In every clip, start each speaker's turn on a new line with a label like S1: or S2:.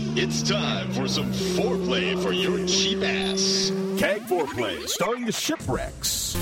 S1: It's time for some foreplay for your cheap ass.
S2: Keg Foreplay, starring the Shipwrecks.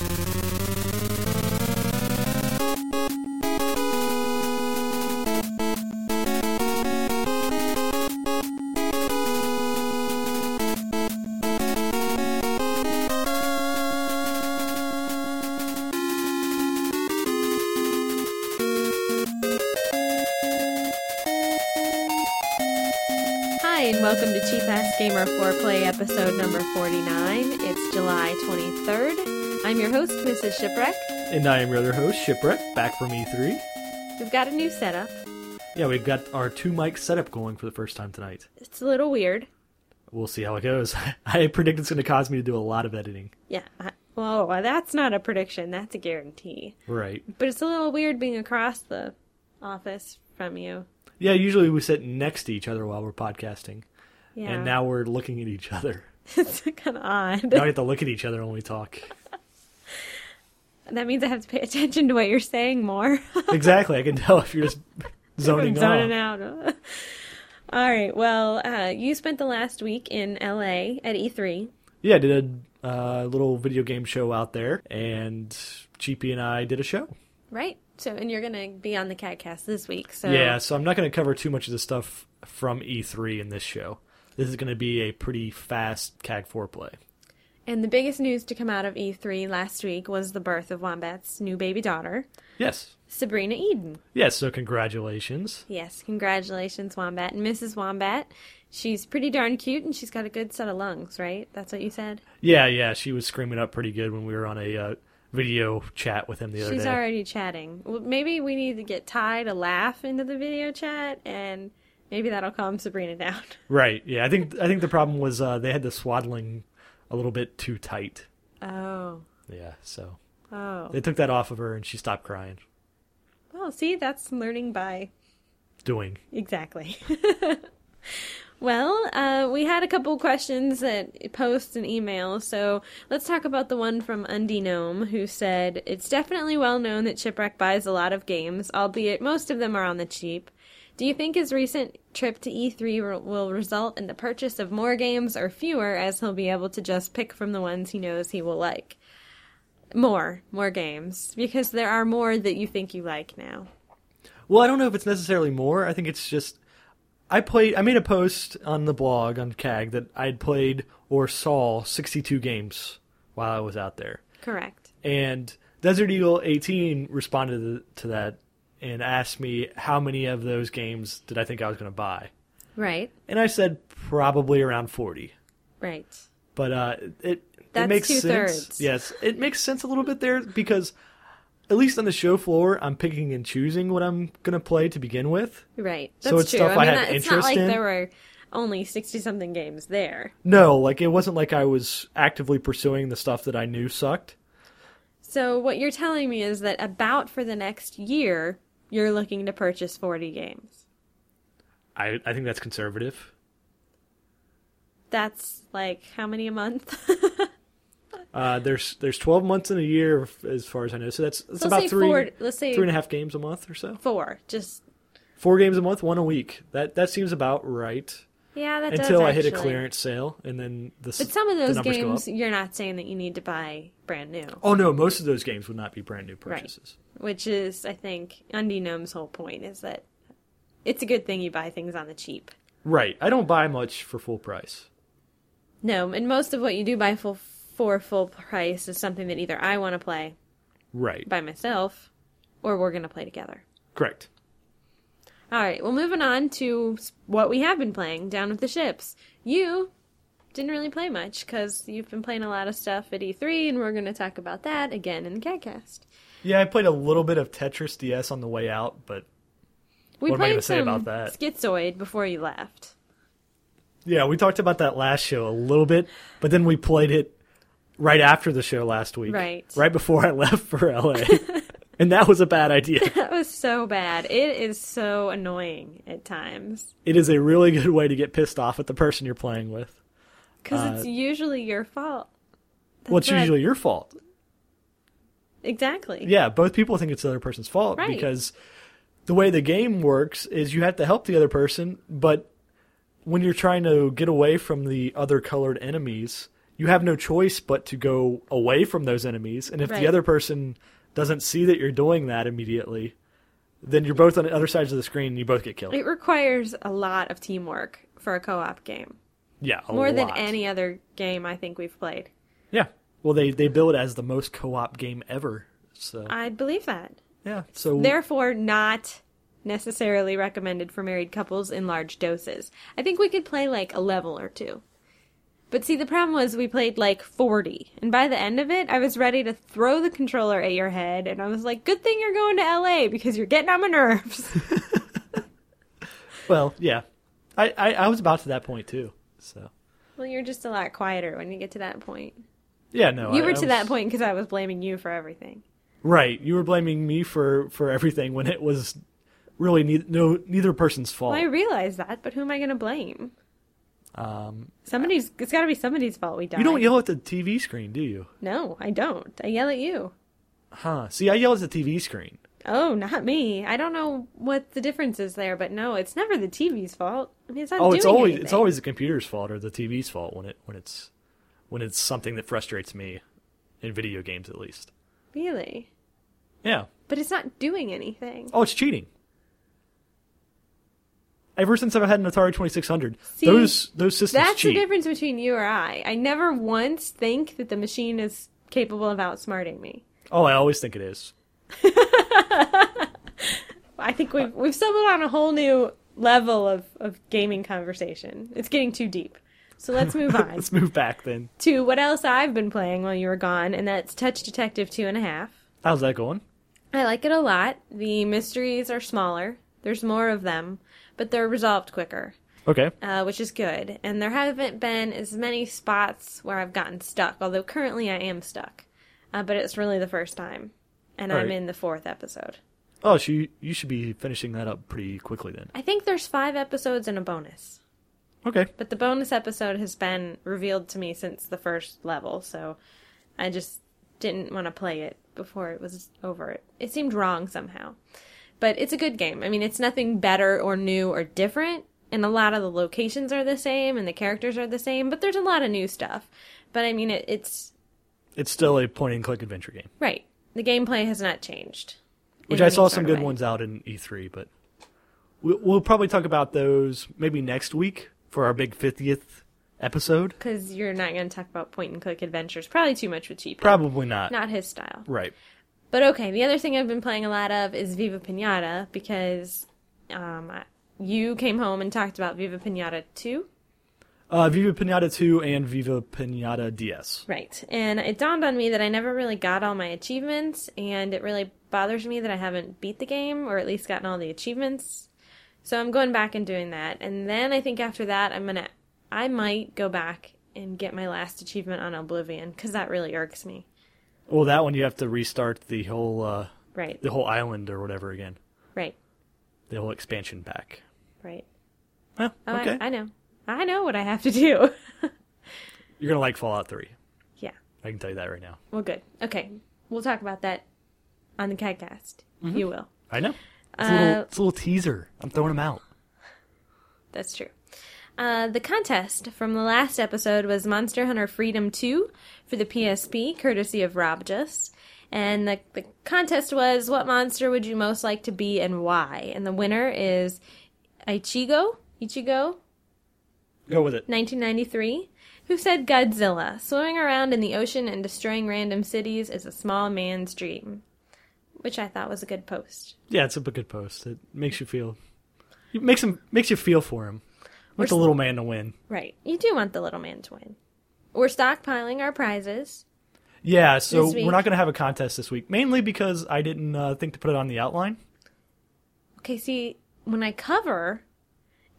S3: Hi, and welcome to Cheap Ass Gamer Foreplay, episode number 49. It's July 23rd. I'm your host, Mrs. Shipwreck.
S4: And I am your other host, Shipwreck, back from E3.
S3: We've got a new setup.
S4: Yeah, we've got our two mic setup going for the first time tonight.
S3: It's a little weird.
S4: We'll see how it goes. I predict it's going to cause me to do a lot of editing.
S3: Yeah. I, well, that's not a prediction, that's a guarantee.
S4: Right.
S3: But it's a little weird being across the office from you.
S4: Yeah, usually we sit next to each other while we're podcasting,
S3: Yeah.
S4: and now we're looking at each other.
S3: it's kind of odd.
S4: Now we have to look at each other when we talk.
S3: That means I have to pay attention to what you're saying more.
S4: Exactly, I can tell if you're just zoning,
S3: zoning
S4: off.
S3: out. All right. Well, uh, you spent the last week in LA at E E3.
S4: Yeah, I did a uh, little video game show out there, and GP and I did a show.
S3: Right. So, and you're gonna be on the CatCast this week. So
S4: Yeah, so I'm not going to cover too much of the stuff from E3 in this show. This is going to be a pretty fast CAG 4 play.
S3: And the biggest news to come out of E3 last week was the birth of Wombat's new baby daughter,
S4: Yes.
S3: Sabrina Eden.
S4: Yes, so congratulations.
S3: Yes, congratulations, Wombat and Mrs. Wombat. She's pretty darn cute, and she's got a good set of lungs, right? That's what you said.
S4: Yeah, yeah, she was screaming up pretty good when we were on a uh, video chat with him the other
S3: She's
S4: day.
S3: already chatting. Well, maybe we need to get Ty to laugh into the video chat, and maybe that'll calm Sabrina down.
S4: Right. Yeah, I think I think the problem was uh, they had the swaddling a little bit too tight.
S3: Oh,
S4: Yeah, so
S3: oh.
S4: they took that off of her and she stopped crying.
S3: Well, see, that's learning by
S4: Doing.
S3: Exactly. well, uh, we had a couple questions that posts and emails, so let's talk about the one from Undinome, who said, It's definitely well known that Shipwreck buys a lot of games, albeit most of them are on the cheap. Do you think his recent trip to E3 re- will result in the purchase of more games or fewer, as he'll be able to just pick from the ones he knows he will like? More, more games, because there are more that you think you like now.
S4: Well, I don't know if it's necessarily more. I think it's just I played. I made a post on the blog on CAG that I had played or saw 62 games while I was out there,
S3: Correct.
S4: and Desert Eagle 18 responded to- to that and asked me how many of those games did I think I was going to buy,
S3: Right.
S4: and I said probably around 40.
S3: Right.
S4: But uh, it
S3: That's
S4: it makes sense.
S3: two-thirds.
S4: Yes, it makes sense a little bit there because at least on the show floor, I'm picking and choosing what I'm going to play to begin with.
S3: Right. That's
S4: So it's
S3: true.
S4: stuff
S3: I
S4: I
S3: mean,
S4: had
S3: that, it's not
S4: interest
S3: like
S4: in.
S3: there were only 60 something games there.
S4: No, like it wasn't like I was actively pursuing the stuff that I knew sucked.
S3: So what you're telling me is that about for the next year, you're looking to purchase 40 games.
S4: I I think that's conservative.
S3: That's like how many a month?
S4: Uh, there's there's 12 months in a year as far as I know, so that's that's
S3: So
S4: about
S3: say
S4: three
S3: four- let's say-
S4: three and a half games a month or so.
S3: Four. Just
S4: Four games a month, one a week. That that seems about right
S3: yeah, that does
S4: until I hit a
S3: actually.
S4: clearance sale, and then the s-
S3: But some of
S4: the
S3: those
S4: numbers go
S3: games
S4: up.
S3: you're not saying that you need to buy brand new,
S4: Oh no, most of those games would not be brand new purchases.
S3: which is I think Undy Gnome's whole point is that it's a good thing you buy things on the cheap.
S4: Right. I don't buy much for full price.
S3: No, and most of what you do buy full for full price is something that either I want to play
S4: Right.
S3: by myself or we're going to play together.
S4: Correct.
S3: All right, well, moving on to s- what we have been playing down with the ships. You didn't really play much because you've been playing a lot of stuff at E3, and we're going to talk about that again in the CatCast.
S4: Yeah, I played a little bit of Tetris DS on the way out, but
S3: We
S4: What am I
S3: played
S4: gonna say
S3: some
S4: about that?
S3: Schizoid before you left.
S4: Yeah, we talked about that last show a little bit, but then we played it right after the show last week.
S3: Right.
S4: Right before I left for LA. and that was a bad idea.
S3: That was so bad. It is so annoying at times
S4: It is a really good way to get pissed off at the person you're playing with.
S3: because it's usually your fault.
S4: Uh, well, it's
S3: what I-
S4: usually your fault.
S3: Exactly.
S4: Yeah, both people think it's the other person's fault
S3: Right.
S4: because the way the game works is you have to help the other person, but when you're trying to get away from the other colored enemies, you have no choice but to go away from those enemies. And if
S3: Right.
S4: the other person doesn't see that you're doing that immediately, then you're both on the other sides of the screen and you both get killed.
S3: It requires a lot of teamwork for a co-op game,
S4: Yeah, a
S3: more than
S4: lot.
S3: any other game I think we've played.
S4: Yeah. Well, they they bill it as the most co-op game ever. So
S3: I'd believe that.
S4: yeah. So
S3: Therefore, not necessarily recommended for married couples in large doses. I think we could play like a level or two. But see, the problem was we played like 40, and by the end of it, I was ready to throw the controller at your head, and I was like, good thing you're going to LA because you're getting on my nerves.
S4: well, yeah. I, I I was about to that point too. So
S3: well, you're just a lot quieter when you get to that point.
S4: yeah, no.
S3: You
S4: I-
S3: were
S4: I
S3: to
S4: was-
S3: that point because I was blaming you for everything.
S4: Right. You were blaming me for for everything when it was really ne- no neither person's fault.
S3: Well, I realize that, but who am I going to blame?
S4: um,
S3: Somebody's. It's got to be somebody's fault we died.
S4: you don't yell at the TV screen, do you?
S3: No, I don't. I yell at you.
S4: Huh. See, I yell at the TV screen.
S3: Oh, not me. I don't know what the difference is there, but no, it's never the TV's fault. I mean, it's not
S4: Oh,
S3: doing
S4: it's always
S3: anything.
S4: it's always the computer's fault or the TV's fault when it when it's when it's something that frustrates me in video games at least.
S3: really.
S4: Yeah.
S3: But it's not doing anything.
S4: Oh, it's cheating. Ever since I've had an Atari 2600,
S3: See,
S4: those those systems
S3: That's
S4: cheat.
S3: the difference between you or I. I never once think that the machine is capable of outsmarting me.
S4: Oh, I always think it is.
S3: I think we've
S4: Uh,
S3: we've stumbled on a whole new level of, of gaming conversation. It's getting too deep. So let's move on
S4: Let's move back then.
S3: to what else I've been playing while you were gone, and that's Touch Detective Two and a Half.
S4: How's that going?
S3: I like it a lot. The mysteries are smaller. There's more of them, but they're resolved quicker,
S4: Okay.
S3: uh, which is good. And there haven't been as many spots where I've gotten stuck, although currently I am stuck. Uh, but it's really the first time, and I'm
S4: Alright.
S3: in the fourth episode.
S4: Oh, so you, you should be finishing that up pretty quickly then.
S3: I think there's five episodes and a bonus,
S4: Okay.
S3: but the bonus episode has been revealed to me since the first level, so I just didn't want to play it before it was over. It, it seemed wrong somehow. But it's a good game. I mean, it's nothing better or new or different, and a lot of the locations are the same and the characters are the same, but there's a lot of new stuff. But I mean, it, it's
S4: It's still a point and click adventure game,
S3: right. The gameplay has not changed. in
S4: which I
S3: any
S4: saw
S3: sort
S4: some
S3: of
S4: good
S3: way.
S4: ones out in E3, but we'll, we'll probably talk about those maybe next week for our big 50th episode.
S3: Because you're not going to talk about point and click adventures. Probably too much with Cheap.
S4: Probably not.
S3: Not his style.
S4: Right.
S3: But okay, the other thing I've been playing a lot of is Viva Pinata because um, I- you came home and talked about Viva Pinata 2.
S4: Uh, Viva Pinata 2 and Viva Pinata DS.
S3: Right. And it dawned on me that I never really got all my achievements, and it really bothers me that I haven't beat the game or at least gotten all the achievements. So I'm going back and doing that. And then I think after that, I'm going to, I might go back and get my last achievement on Oblivion because that really irks me.
S4: Well, that one you have to restart the whole uh,
S3: Right.
S4: the whole island or whatever again.
S3: Right.
S4: The whole expansion back.
S3: Right.
S4: Huh,
S3: Oh,
S4: okay.
S3: I, I know. I know what I have to do.
S4: You're gonna like Fallout 3.
S3: yeah.
S4: I can tell you that right now.
S3: Well, good. Okay. We'll talk about that on the CADcast. You will.
S4: I know. It's, a
S3: Uh,
S4: little, it's a little teaser. I'm throwing them out.
S3: That's true. Uh, the contest from the last episode was Monster Hunter Freedom 2 for the PSP, courtesy of Rob Just. And the, the contest was what monster would you most like to be and why? And the winner is Ichigo, Ichigo,
S4: Go with it.
S3: 1993, who said Godzilla, swimming around in the ocean and destroying random cities is a small man's dream. Which I thought was a good post.
S4: Yeah, it's a good post. It makes you feel. It makes him makes you feel for him. With the
S3: s-
S4: little man to win.
S3: Right. You do want the little man to win. We're stockpiling our prizes.
S4: Yeah, so
S3: This week.
S4: we're not gonna have a contest this week, mainly because I didn't uh, think to put it on the outline.
S3: Okay, see, when I cover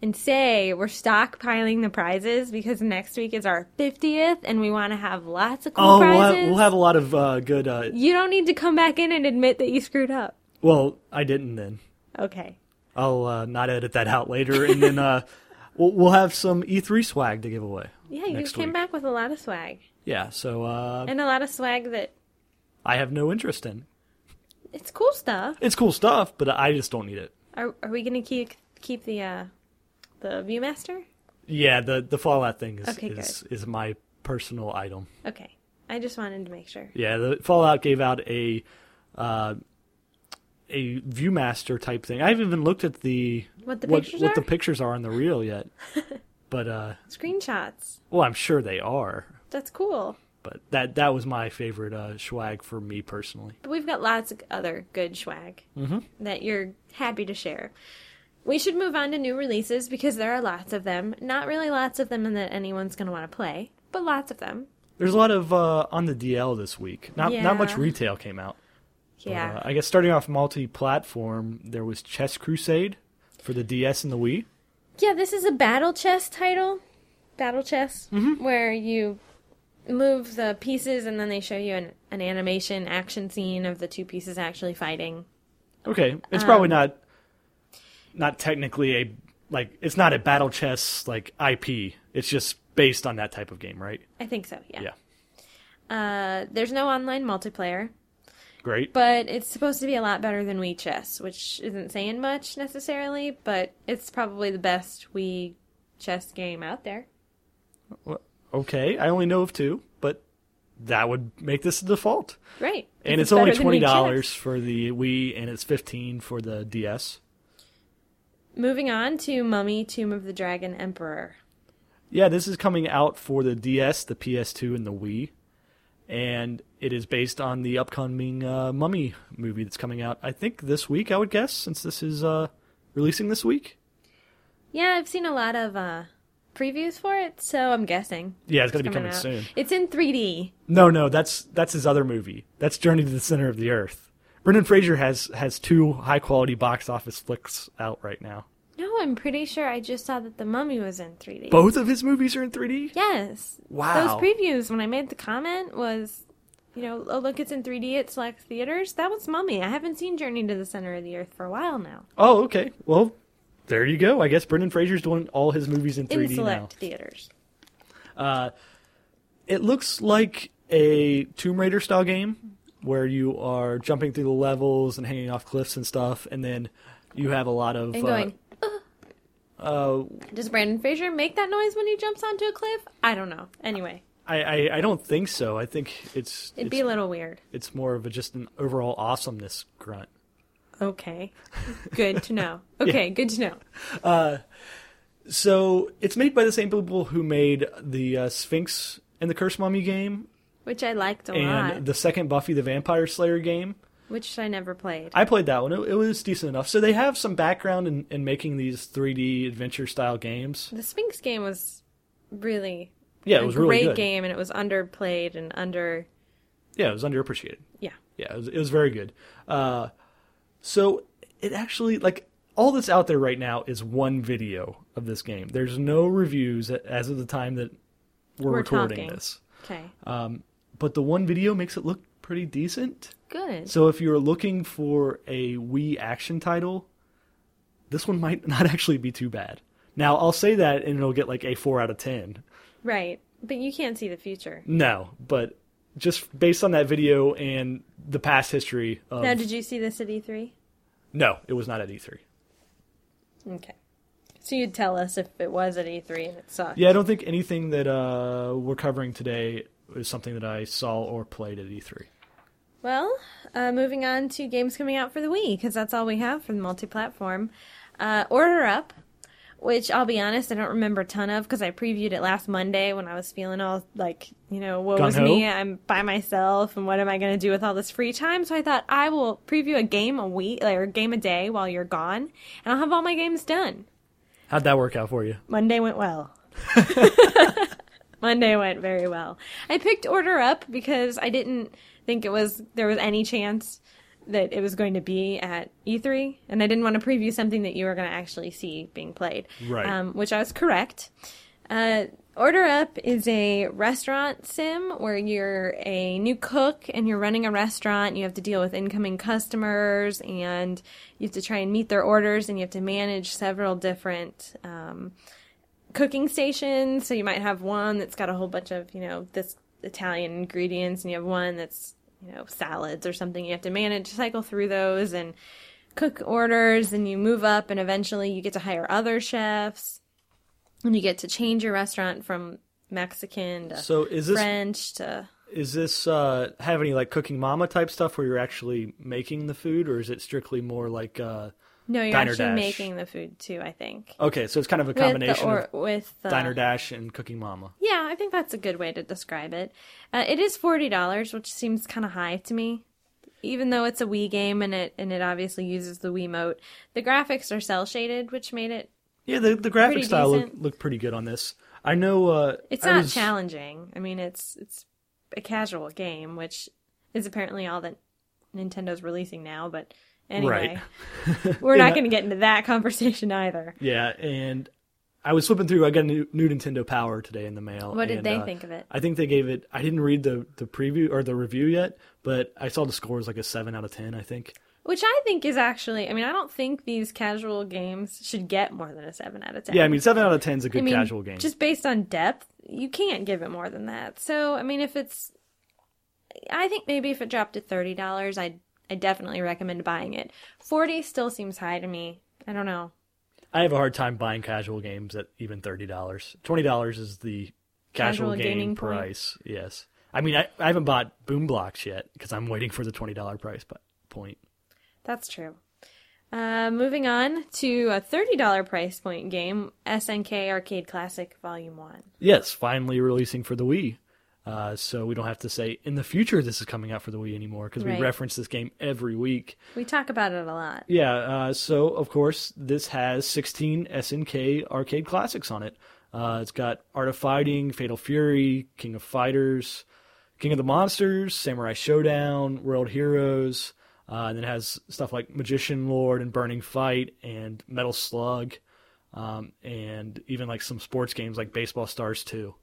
S3: and say we're stockpiling the prizes because next week is our 50th and we want to have lots of cool
S4: Oh, we'll
S3: prizes.
S4: have, we'll have a lot of uh, good. Uh,
S3: You don't need to come back in and admit that you screwed up.
S4: well, I didn't then.
S3: Okay.
S4: I'll uh, not edit that out later, and then uh, we'll, we'll have some E3 swag to give away.
S3: Yeah, you
S4: next
S3: came
S4: week.
S3: back with a lot of swag
S4: Yeah, so uh,
S3: and a lot of swag that
S4: I have no interest in.
S3: it's cool stuff.
S4: It's cool stuff, but I just don't need it.
S3: Are are we going to keep keep the uh the Viewmaster?
S4: Yeah, the the Fallout thing is
S3: Okay,
S4: is, is my personal item.
S3: Okay. I just wanted to make sure.
S4: Yeah, the Fallout gave out a uh, a ViewMaster type thing. I haven't even looked at the
S3: What the
S4: what,
S3: pictures
S4: what the
S3: are?
S4: pictures are on the reel yet. but uh,
S3: Screenshots.
S4: well, I'm sure they are.
S3: That's cool.
S4: But that that was my favorite uh, swag for me personally.
S3: But we've got lots of other good swag
S4: Mm-hmm.
S3: that you're happy to share. We should move on to new releases because there are lots of them. Not really lots of them in that anyone's going to want to play, but lots of them.
S4: There's a lot of uh, on the DL this week. Not not much
S3: Yeah.
S4: retail came out. But,
S3: Yeah.
S4: uh, I guess starting off multi-platform, there was Chess Crusade for the DS and the Wii.
S3: Yeah, this is a battle chess title. Battle chess,
S4: Mm-hmm.
S3: where you move the pieces and then they show you an, an animation action scene of the two pieces actually fighting.
S4: Okay, it's
S3: Um,
S4: probably not not technically a like it's not a battle chess like IP. It's just based on that type of game, right?
S3: I think so, yeah.
S4: Yeah.
S3: Uh, there's no online multiplayer,
S4: Great.
S3: but it's supposed to be a lot better than Wii Chess, which isn't saying much necessarily, but it's probably the best Wii chess game out there.
S4: okay, I only know of two, but that would make this the default.
S3: Right.
S4: And
S3: If
S4: it's, only
S3: better than Wii
S4: twenty
S3: Chess.
S4: dollars for the Wii, and it's fifteen for the DS.
S3: Moving on to Mummy Tomb of the Dragon Emperor.
S4: Yeah, this is coming out for the DS, the PS2, and the Wii, and it is based on the upcoming uh, Mummy movie that's coming out. I think this week, I would guess, since this is uh, releasing this week.
S3: Yeah, I've seen a lot of uh, previews for it, so I'm guessing.
S4: Yeah, it's gonna be
S3: coming
S4: coming
S3: out.
S4: soon.
S3: It's in 3D.
S4: No, no, that's that's his other movie. That's Journey to the Center of the Earth. Brendan Fraser has has two high quality box office flicks out right now.
S3: No, I'm pretty sure I just saw that the mummy was in 3D.
S4: Both of his movies are in 3D.
S3: Yes.
S4: Wow.
S3: Those previews when I made the comment was, you know, oh look, it's in 3D at select theaters. That was mummy. I haven't seen Journey to the Center of the Earth for a while now.
S4: Oh, okay. Well, there you go. I guess Brendan Fraser's doing all his movies in 3D
S3: in
S4: now.
S3: select theaters.
S4: It looks like a Tomb Raider style game where you are jumping through the levels and hanging off cliffs and stuff, and then you have a lot of
S3: And
S4: uh,
S3: going. Uh, Does Brandon Fraser make that noise when he jumps onto a cliff? I don't know. Anyway,
S4: uh, I, I I don't think so. I think it's
S3: it'd
S4: it's,
S3: be a little weird.
S4: it's more of a just an overall awesomeness grunt.
S3: Okay. Good to know. Okay, good to know.
S4: So it's made by the same people who made the uh, Sphinx and the Curse Mummy game
S3: Which I liked a lot.
S4: and the second Buffy the Vampire Slayer game.
S3: which I never played.
S4: I played that one. It, it was decent enough. So they have some background in, in making these 3D adventure style games.
S3: the Sphinx game was really
S4: Yeah,
S3: a
S4: it was
S3: great
S4: really good.
S3: game, and it was underplayed and under
S4: Yeah, it was underappreciated.
S3: yeah.
S4: Yeah, it was, it was very good. Uh, so it actually like all that's out there right now is one video of this game. There's no reviews a- as of the time that we're,
S3: We're
S4: recording
S3: talking.
S4: this.
S3: Okay,
S4: Uh, But the one video makes it look pretty decent.
S3: good.
S4: So if you're looking for a Wii action title, this one might not actually be too bad. Now I'll say that and it'll get like a four out of ten.
S3: right, but you can't see the future.
S4: No, but just based on that video and the past history of
S3: Now, did you see this at E E3?
S4: no, it was not at E E3.
S3: Okay, so you'd tell us if it was at E3 and it sucked.
S4: Yeah, I don't think anything that uh, we're covering today is something that I saw or played at E E3.
S3: Well, uh, moving on to games coming out for the Wii, because that's all we have for the multi-platform. Uh, Order Up, which I'll be honest, I don't remember a ton of because I previewed it last Monday when I was feeling all like, you know, woe is
S4: Gung-ho?
S3: me, I'm by myself, and what am I going to do with all this free time? So I thought I will preview a game a week or a game a day while you're gone, and I'll have all my games done.
S4: How'd that work out for you?
S3: Monday went well. Monday went very well. I picked order up because I didn't think it was there was any chance that it was going to be at E3, and I didn't want to preview something that you were going to actually see being played.
S4: Right.
S3: Um, which I was correct. Uh, Order Up is a restaurant sim where you're a new cook and you're running a restaurant. You have to deal with incoming customers and you have to try and meet their orders and you have to manage several different um, cooking stations. So you might have one that's got a whole bunch of, you know, this Italian ingredients and you have one that's, you know, salads or something. You have to manage, cycle through those and cook orders and you move up and eventually you get to hire other chefs And you get to change your restaurant from Mexican to
S4: So is this
S3: French to.
S4: is this uh, have any like cooking mama type stuff where you're actually making the food, or is it strictly more like uh,
S3: No, you're
S4: Diner
S3: actually
S4: Dash.
S3: making the food too, I think.
S4: okay? So it's kind of a combination
S3: with
S4: of
S3: the, or, with uh, the,
S4: diner dash and cooking mama.
S3: Yeah, I think that's a good way to describe it. Uh, it is forty dollars, which seems kind of high to me, even though it's a Wii game and it and it obviously uses the Wii mote. The graphics are cell shaded, which made it.
S4: Yeah, the the graphic
S3: Pretty
S4: style looked
S3: decent.
S4: looked pretty good on this. I know uh,
S3: It's
S4: I
S3: not
S4: was-
S3: challenging. I mean, it's it's a casual game, which is apparently all that Nintendo's releasing now. But anyway, we're not
S4: Yeah.
S3: going to get into that conversation either.
S4: Yeah, and I was flipping through. I got a new, new Nintendo Power today in the mail.
S3: What did
S4: and,
S3: they
S4: uh,
S3: think of it?
S4: I think they gave it. I didn't read the the preview or the review yet, but I saw the score was like a seven out of ten. I think.
S3: Which I think is actually. I mean, I don't think these casual games should get more than a seven out of ten.
S4: Yeah, I mean seven out of ten is a
S3: I
S4: good
S3: mean,
S4: casual game.
S3: Just based on depth, you can't give it more than that. So, I mean, if it's, I think maybe if it dropped to thirty dollars, I I definitely recommend buying it. Forty still seems high to me. I don't know.
S4: I have a hard time buying casual games at even thirty dollars. Twenty dollars is the casual,
S3: Casual
S4: game
S3: gaming point.
S4: price. Yes, I mean I, I haven't bought Boom Blocks yet because I'm waiting for the twenty dollar price po- point.
S3: That's true. Uh, moving on to a thirty dollar price point game, SNK Arcade Classic Volume One.
S4: Yes, finally releasing for the Wii. Uh, so we don't have to say in the future this is coming out for the Wii anymore because
S3: Right.
S4: we reference this game every week.
S3: We talk about it a lot.
S4: Yeah, uh, so of course this has 16 SNK arcade classics on it. Uh, it's got Art of Fighting, Fatal Fury, King of Fighters, King of the Monsters, Samurai Showdown, World Heroes, uh, and then it has stuff like Magician Lord and Burning Fight and Metal Slug, um, and even like some sports games like Baseball Stars 2.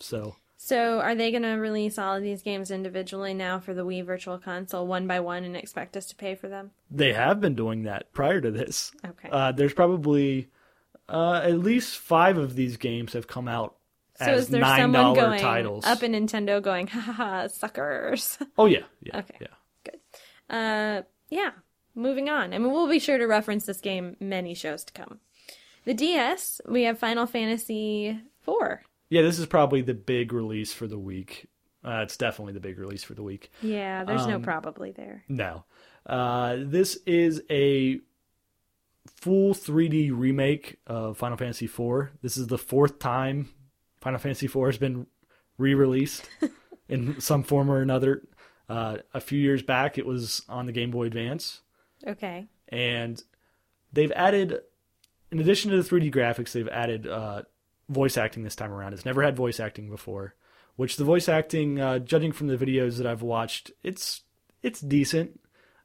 S4: So
S3: So, are they going to release all of these games individually now for the Wii Virtual Console, one by one, and expect us to pay for them?
S4: they have been doing that prior to this.
S3: Okay.
S4: Uh, there's probably uh, at least five of these games have come out
S3: So
S4: as
S3: is there
S4: nine
S3: someone
S4: dollar
S3: going
S4: titles.
S3: up in Nintendo going, ha ha ha, suckers?
S4: oh yeah, yeah,
S3: Okay.
S4: yeah.
S3: Uh, yeah. Moving on. I mean, we'll be sure to reference this game many shows to come. The DS, we have Final Fantasy IV.
S4: Yeah, this is probably the big release for the week. Uh, it's definitely the big release for the week.
S3: Yeah, there's
S4: Um,
S3: no probably there.
S4: No, uh, this is a full 3D remake of Final Fantasy IV. This is the fourth time Final Fantasy IV has been re-released in some form or another. Uh, a few years back, it was on the Game Boy Advance,
S3: Okay.
S4: and they've added, in addition to the 3D graphics, they've added uh, voice acting this time around. It's never had voice acting before, which the voice acting, uh, judging from the videos that I've watched, it's it's decent.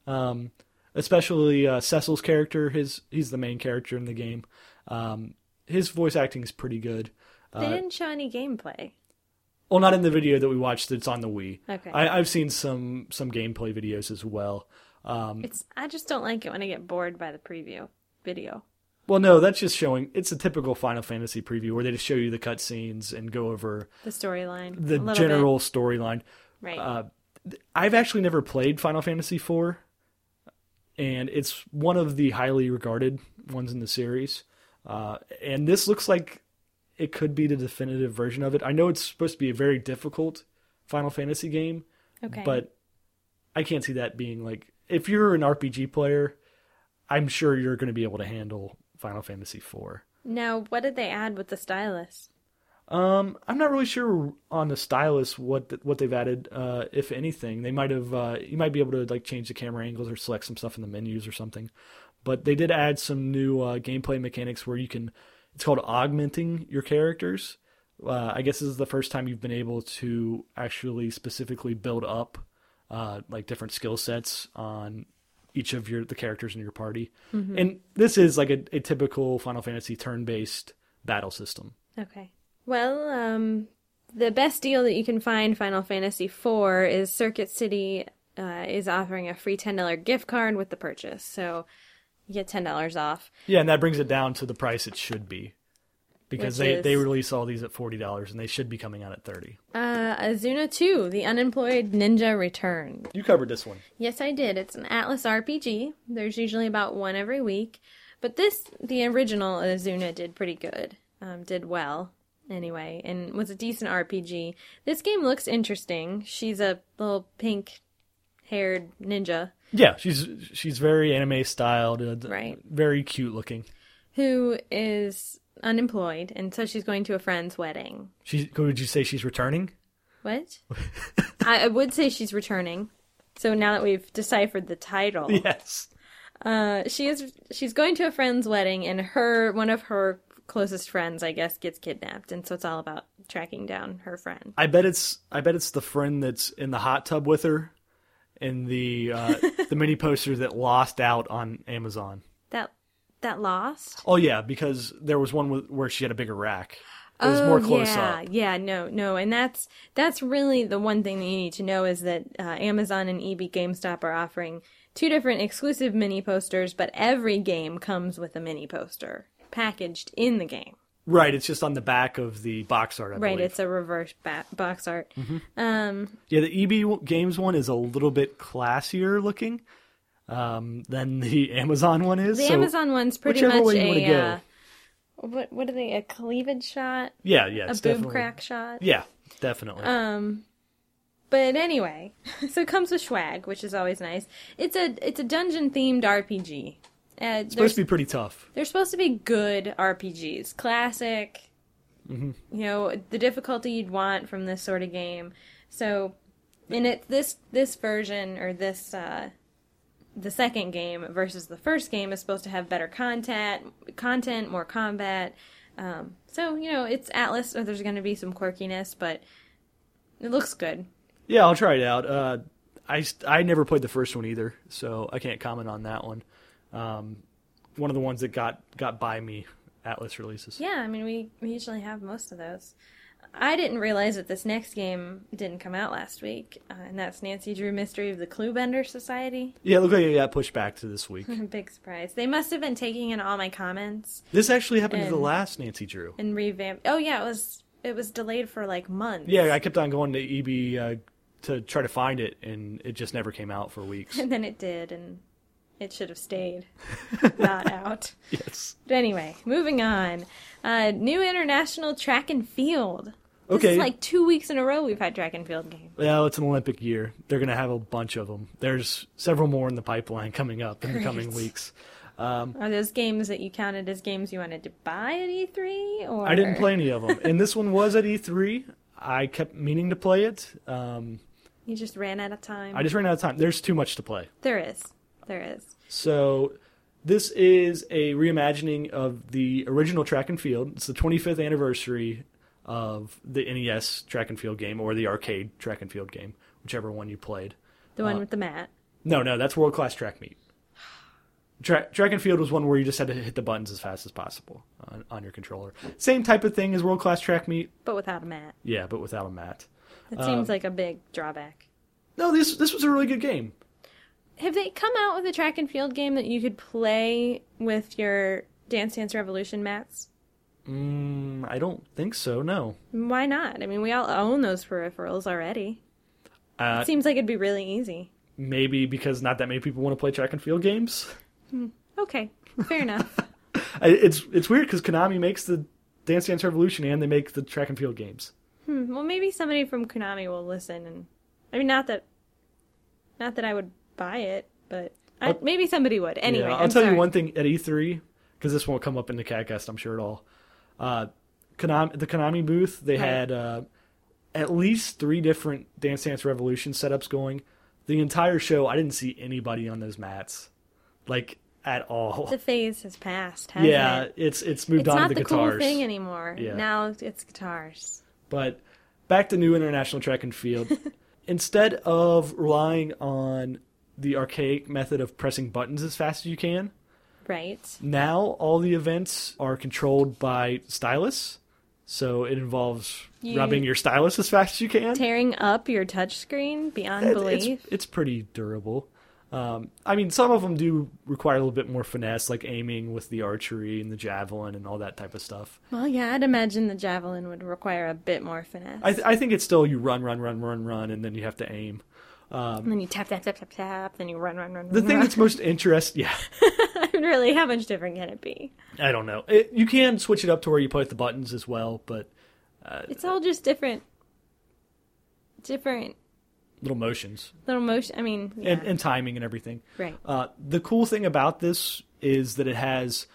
S4: Um, especially uh, Cecil's character, his he's the main character in the game. Um, his voice acting is pretty good.
S3: They didn't show any gameplay.
S4: Well, not in the video that we watched. That's on the Wii.
S3: Okay.
S4: I, I've seen some some gameplay videos as well. Um,
S3: It's I just don't like it when I get bored by the preview video.
S4: Well, no, that's just showing. It's a typical Final Fantasy preview where they just show you the cutscenes and go over
S3: The storyline. a
S4: the
S3: little
S4: general uh, storyline.
S3: bit. right.
S4: I've actually never played Final Fantasy IV, and it's one of the highly regarded ones in the series. Uh, and this looks like it could be the definitive version of it. I know it's supposed to be a very difficult Final Fantasy game,
S3: okay.
S4: but I can't see that being like if you're an RPG player, I'm sure you're going to be able to handle Final Fantasy IV.
S3: now, what did they add with the stylus?
S4: Um, I'm not really sure on the stylus what th- what they've added, uh, if anything. They might have uh, you might be able to like change the camera angles or select some stuff in the menus or something. But they did add some new uh, gameplay mechanics where you can. It's called augmenting your characters. Uh, I guess this is the first time you've been able to actually specifically build up uh, like different skill sets on each of your the characters in your party. And this is like a, a typical Final Fantasy turn-based battle system.
S3: Okay. Well, um, the best deal that you can find Final Fantasy IV is Circuit City uh, is offering a free ten dollar gift card with the purchase, so you get ten dollars off.
S4: Yeah, and that brings it down to the price it should be. Because
S3: Which
S4: they,
S3: is-
S4: they release all these at forty dollars and they should be coming out at thirty.
S3: Uh, Azuna Two: The Unemployed Ninja Returns.
S4: You covered this one.
S3: Yes, I did. It's an Atlas RPG. There's usually about one every week, but this, the original Azuna, did pretty good. um, did well anyway and was a decent RPG. This game looks interesting. She's a little pink haired ninja
S4: Yeah, she's she's very anime styled, uh, d-
S3: Right.
S4: Very cute looking.
S3: who is unemployed and so she's going to a friend's wedding.
S4: She would you say she's returning?
S3: What? I, I would say she's returning. So now that we've deciphered the title,
S4: Yes.
S3: uh, she is she's going to a friend's wedding, and her one of her closest friends, I guess, gets kidnapped, and so it's all about tracking down her friend.
S4: I bet it's I bet it's the friend that's in the hot tub with her, in the uh, the mini poster that lost out on Amazon.
S3: That that lost.
S4: Oh yeah, because there was one with, where she had a bigger rack. It was more close
S3: Oh, yeah,
S4: up.
S3: yeah, no, no, and that's that's really the one thing that you need to know is that uh, Amazon and EB GameStop are offering two different exclusive mini posters, but every game comes with a mini poster packaged in the game.
S4: Right, it's just on the back of the box art. I
S3: Right,
S4: believe.
S3: it's a reverse ba- box art.
S4: Yeah, the EB w- Games one is a little bit classier looking um, than the Amazon one is.
S3: The
S4: so
S3: Amazon one's pretty
S4: whichever
S3: much
S4: way you wanna
S3: a
S4: go.
S3: uh, what what are they? A cleavage shot,
S4: yeah, yeah,
S3: a
S4: it's
S3: boob
S4: definitely-
S3: crack Uh, shot.
S4: Yeah, definitely.
S3: But anyway, so it comes with swag, which is always nice. It's a it's a dungeon themed RPG. Uh, they're,
S4: supposed to be pretty tough.
S3: they're supposed to be good RPGs, classic. You know the difficulty you'd want from this sort of game. So, in it this this version or this uh, the second game versus the first game is supposed to have better content, content, more combat. Um, so you know it's Atlas, so there's going to be some quirkiness, but it looks good.
S4: Yeah, I'll try it out. Uh, I st- I never played the first one either, so I can't comment on that one. Um, one of the ones that got got by me Atlas releases.
S3: Yeah, I mean, we, we usually have most of those. I didn't realize that this next game didn't come out last week, uh, and that's Nancy Drew Mystery of the Cluebender Society.
S4: Yeah, it looked like it got pushed back to this week.
S3: Big surprise. They must have been taking in all my comments
S4: this actually happened to the
S3: And-
S4: last Nancy Drew.
S3: and revamp. Oh yeah, it was it was delayed for like months.
S4: Yeah, I kept on going to EB uh, to try to find it, and it just never came out for weeks.
S3: and then it did, and it should have stayed not out.
S4: yes.
S3: But anyway, moving on. Uh, new international track and field. This
S4: Okay.
S3: is like two weeks in a row we've had track and field games.
S4: Well, it's an Olympic year. They're going to have a bunch of them. There's several more in the pipeline coming up in the coming weeks.
S3: Are those games that you counted as games you wanted to buy at E3? Or
S4: I didn't play any of them, and this one was at E3. I kept meaning to play it. Um,
S3: You just ran out of time.
S4: I just ran out of time. There's too much to play.
S3: There is, there is.
S4: So, this is a reimagining of the original track and field. It's the 25th anniversary of the NES track and field game or the arcade track and field game, whichever one you played.
S3: The
S4: Uh,
S3: one with the mat.
S4: No, no, that's world class track meet. Track, track and field was one where you just had to hit the buttons as fast as possible on, on your controller. Same type of thing as world class track meet,
S3: But without a mat.
S4: yeah, but without a mat.
S3: That
S4: um,
S3: seems like a big drawback.
S4: No, this this was a really good game.
S3: Have they come out with a track and field game that you could play with your Dance Dance Revolution mats?
S4: Mm, I don't think so. No,
S3: Why not? I mean, we all own those peripherals already.
S4: Uh,
S3: seems like it'd be really easy.
S4: maybe because not that many people want to play track and field games.
S3: Okay, fair enough.
S4: I- It's it's weird because Konami makes the Dance Dance Revolution and they make the track and field games.
S3: Well, maybe somebody from Konami will listen, and I mean, not that, not that I would buy it, but I,
S4: I'll-
S3: maybe somebody would. Anyway,
S4: Yeah, I'll
S3: I'm
S4: tell
S3: sorry.
S4: you one thing at E3 because this won't come up in the catcast, I'm sure at all. Uh, Konami, the Konami booth, they
S3: Right.
S4: had uh, at least three different Dance Dance Revolution setups going. The entire show, I didn't see anybody on those mats, like at all.
S3: The phase has passed. Hasn't
S4: Yeah,
S3: it?
S4: it's it's moved
S3: it's
S4: on
S3: not
S4: to the,
S3: the
S4: guitars.
S3: cool thing anymore.
S4: Yeah.
S3: Now it's guitars.
S4: But back to new international track and field. Instead of relying on the archaic method of pressing buttons as fast as you can,
S3: Right.
S4: now all the events are controlled by stylus. So it involves
S3: You-
S4: rubbing your stylus as fast as you can.
S3: Tearing up your touchscreen beyond
S4: It-
S3: belief.
S4: It's, it's pretty durable. Um, I mean, some of them do require a little bit more finesse, like aiming with the archery and the javelin and all that type of stuff.
S3: Well, yeah, I'd imagine the javelin would require a bit more finesse.
S4: I, th- I think it's still you run, run, run, run, run, and then you have to aim.
S3: and then you tap, tap, tap, tap, tap. Then you run, run, run.
S4: The
S3: run,
S4: thing
S3: run.
S4: that's most interest, yeah.
S3: I mean, really, how much different can it be?
S4: I don't know. It, you can switch it up to where you play with the buttons as well, but
S3: It's all just different, different
S4: little motions
S3: little motion. I mean, yeah,
S4: and, and timing and everything.
S3: right.
S4: Uh, the cool thing about this is that it has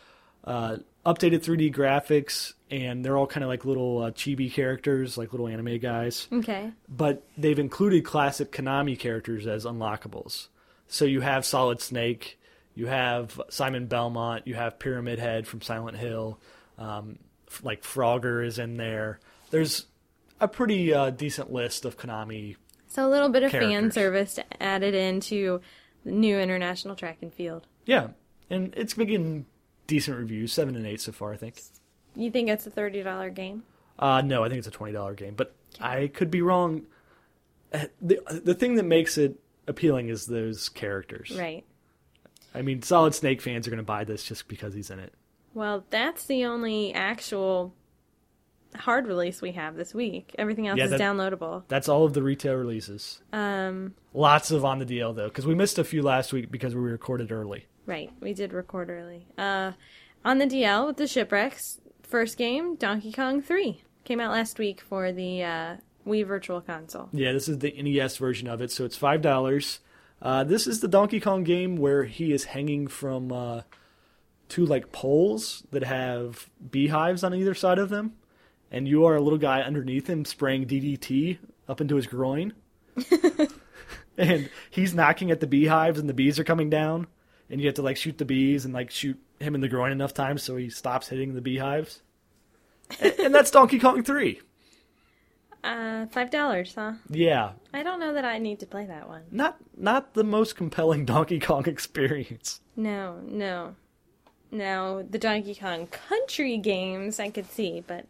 S4: uh, updated 3D graphics, and they're all kind of like little uh, chibi characters, like little anime guys.
S3: okay.
S4: But they've included classic Konami characters as unlockables. So you have Solid Snake, you have Simon Belmont, you have Pyramid Head from Silent Hill, um, f- like Frogger is in there. There's a pretty uh, decent list of Konami.
S3: So a little bit of fan
S4: Characters.
S3: service added into the new international track and field.
S4: Yeah, and it's been getting decent reviews, seven and eight so far, I think.
S3: You think it's a thirty dollar game?
S4: Uh, no, I think it's a twenty dollar game, but I could be wrong. Uh, The the thing that makes it appealing is those characters.
S3: Right.
S4: I mean, Solid Snake fans are going to buy this just because he's in it.
S3: Well, that's the only actual hard release we have this week. Everything else
S4: Yeah,
S3: is
S4: that-
S3: downloadable.
S4: That's all of the retail releases.
S3: Um,
S4: Lots of on the DL though, because we missed a few last week because we recorded early.
S3: right. We did record early. Uh, on the DL with the shipwrecks. First game, Donkey Kong Three came out last week for the uh, Wii Virtual Console.
S4: Yeah, this is the NES version of it, so it's five dollars. Uh, this is the Donkey Kong game where he is hanging from uh, two like poles that have beehives on either side of them, and you are a little guy underneath him spraying DDT up into his groin, and he's knocking at the beehives, and the bees are coming down, and you have to like shoot the bees and like shoot him in the groin enough times so he stops hitting the beehives, and, and that's Donkey Kong Three.
S3: Uh, Five dollars, huh?
S4: Yeah,
S3: I don't know that I need to play that one.
S4: not not the most compelling Donkey Kong experience.
S3: No, no. No, the Donkey Kong Country games I could see, but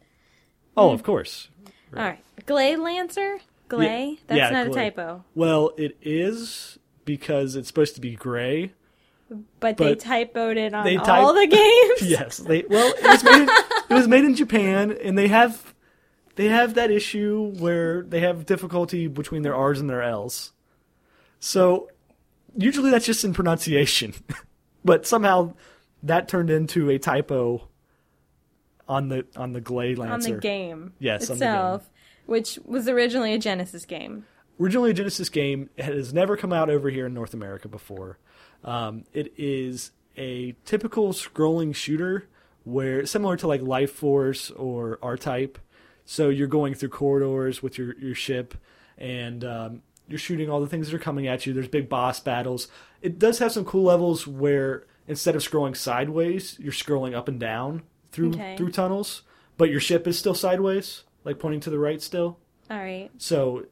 S3: Hmm.
S4: Oh, of course.
S3: all right. Glay Lancer? Glay?
S4: Yeah,
S3: That's
S4: yeah,
S3: not a
S4: Glay.
S3: typo.
S4: Well, it is because it's supposed to be gray.
S3: But, they
S4: But
S3: typoed it on
S4: they
S3: all the
S4: type-
S3: games.
S4: Yes, they well, it was made in, it was made in Japan and they have they have that issue where they have difficulty between their R's and their L's. So, usually that's just in pronunciation. but somehow that turned into a typo on the on the Glay Lancer.
S3: On the game
S4: Yes, on the game.
S3: itself, which was originally a Genesis game.
S4: originally a Genesis game. It has never come out over here in North America before. Um, it is a typical scrolling shooter where similar to like Life Force or R Type. So you're going through corridors with your your ship, and um, you're shooting all the things that are coming at you. There's big boss battles. It does have some cool levels where instead of scrolling sideways, you're scrolling up and down through
S3: Okay.
S4: through tunnels, but your ship is still sideways, like pointing to the right still.
S3: All right.
S4: So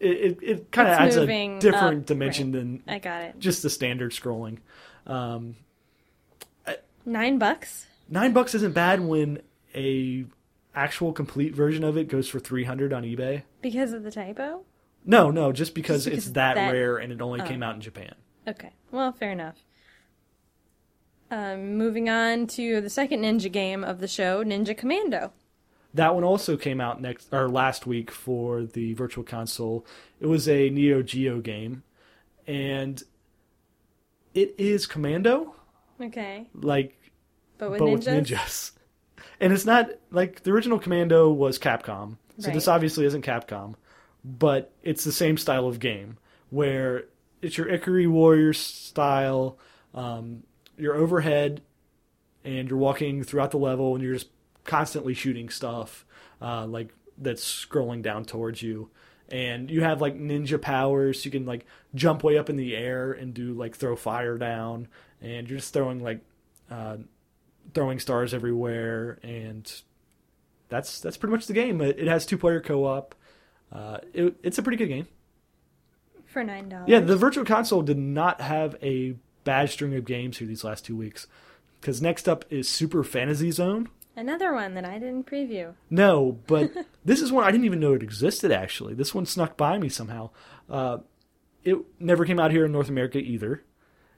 S4: it it, it kind of
S3: It's
S4: adds
S3: moving
S4: a different
S3: up,
S4: dimension
S3: I
S4: than
S3: got it.
S4: just the standard scrolling.
S3: 9 bucks?
S4: Nine bucks isn't bad when a actual complete version of it goes for three hundred on eBay.
S3: Because of the typo?
S4: No, no, just
S3: Just
S4: because,
S3: because
S4: it's that,
S3: that- oh.
S4: rare and it only came out in Japan.
S3: Okay. Well, fair enough. Um, moving on to the second ninja game of the show, Ninja Commando.
S4: That one also came out next or last week for the Virtual Console. It was a Neo Geo game, and it is Commando,
S3: Okay.
S4: like
S3: But with
S4: but
S3: ninjas?
S4: with ninjas. And it's not like the original Commando was Capcom, so this
S3: Right.
S4: obviously isn't Capcom, but it's the same style of game where it's your Ikari Warriors style. Um, you're overhead, and you're walking throughout the level, and you're just constantly shooting stuff uh, like that's scrolling down towards you. And you have like ninja powers. You can like jump way up in the air and do like throw fire down, and you're just throwing like throwing stars everywhere, and that's that's pretty much the game. It, it has two player co op. Uh, it, it's a pretty good game.
S3: For nine dollars.
S4: Yeah, the Virtual Console did not have a bad string of games here these last two weeks. Because next up is Super Fantasy Zone.
S3: Another one that I didn't preview.
S4: No, but this is one I didn't even know it existed. Actually, this one snuck by me somehow. Uh, it never came out here in North America either.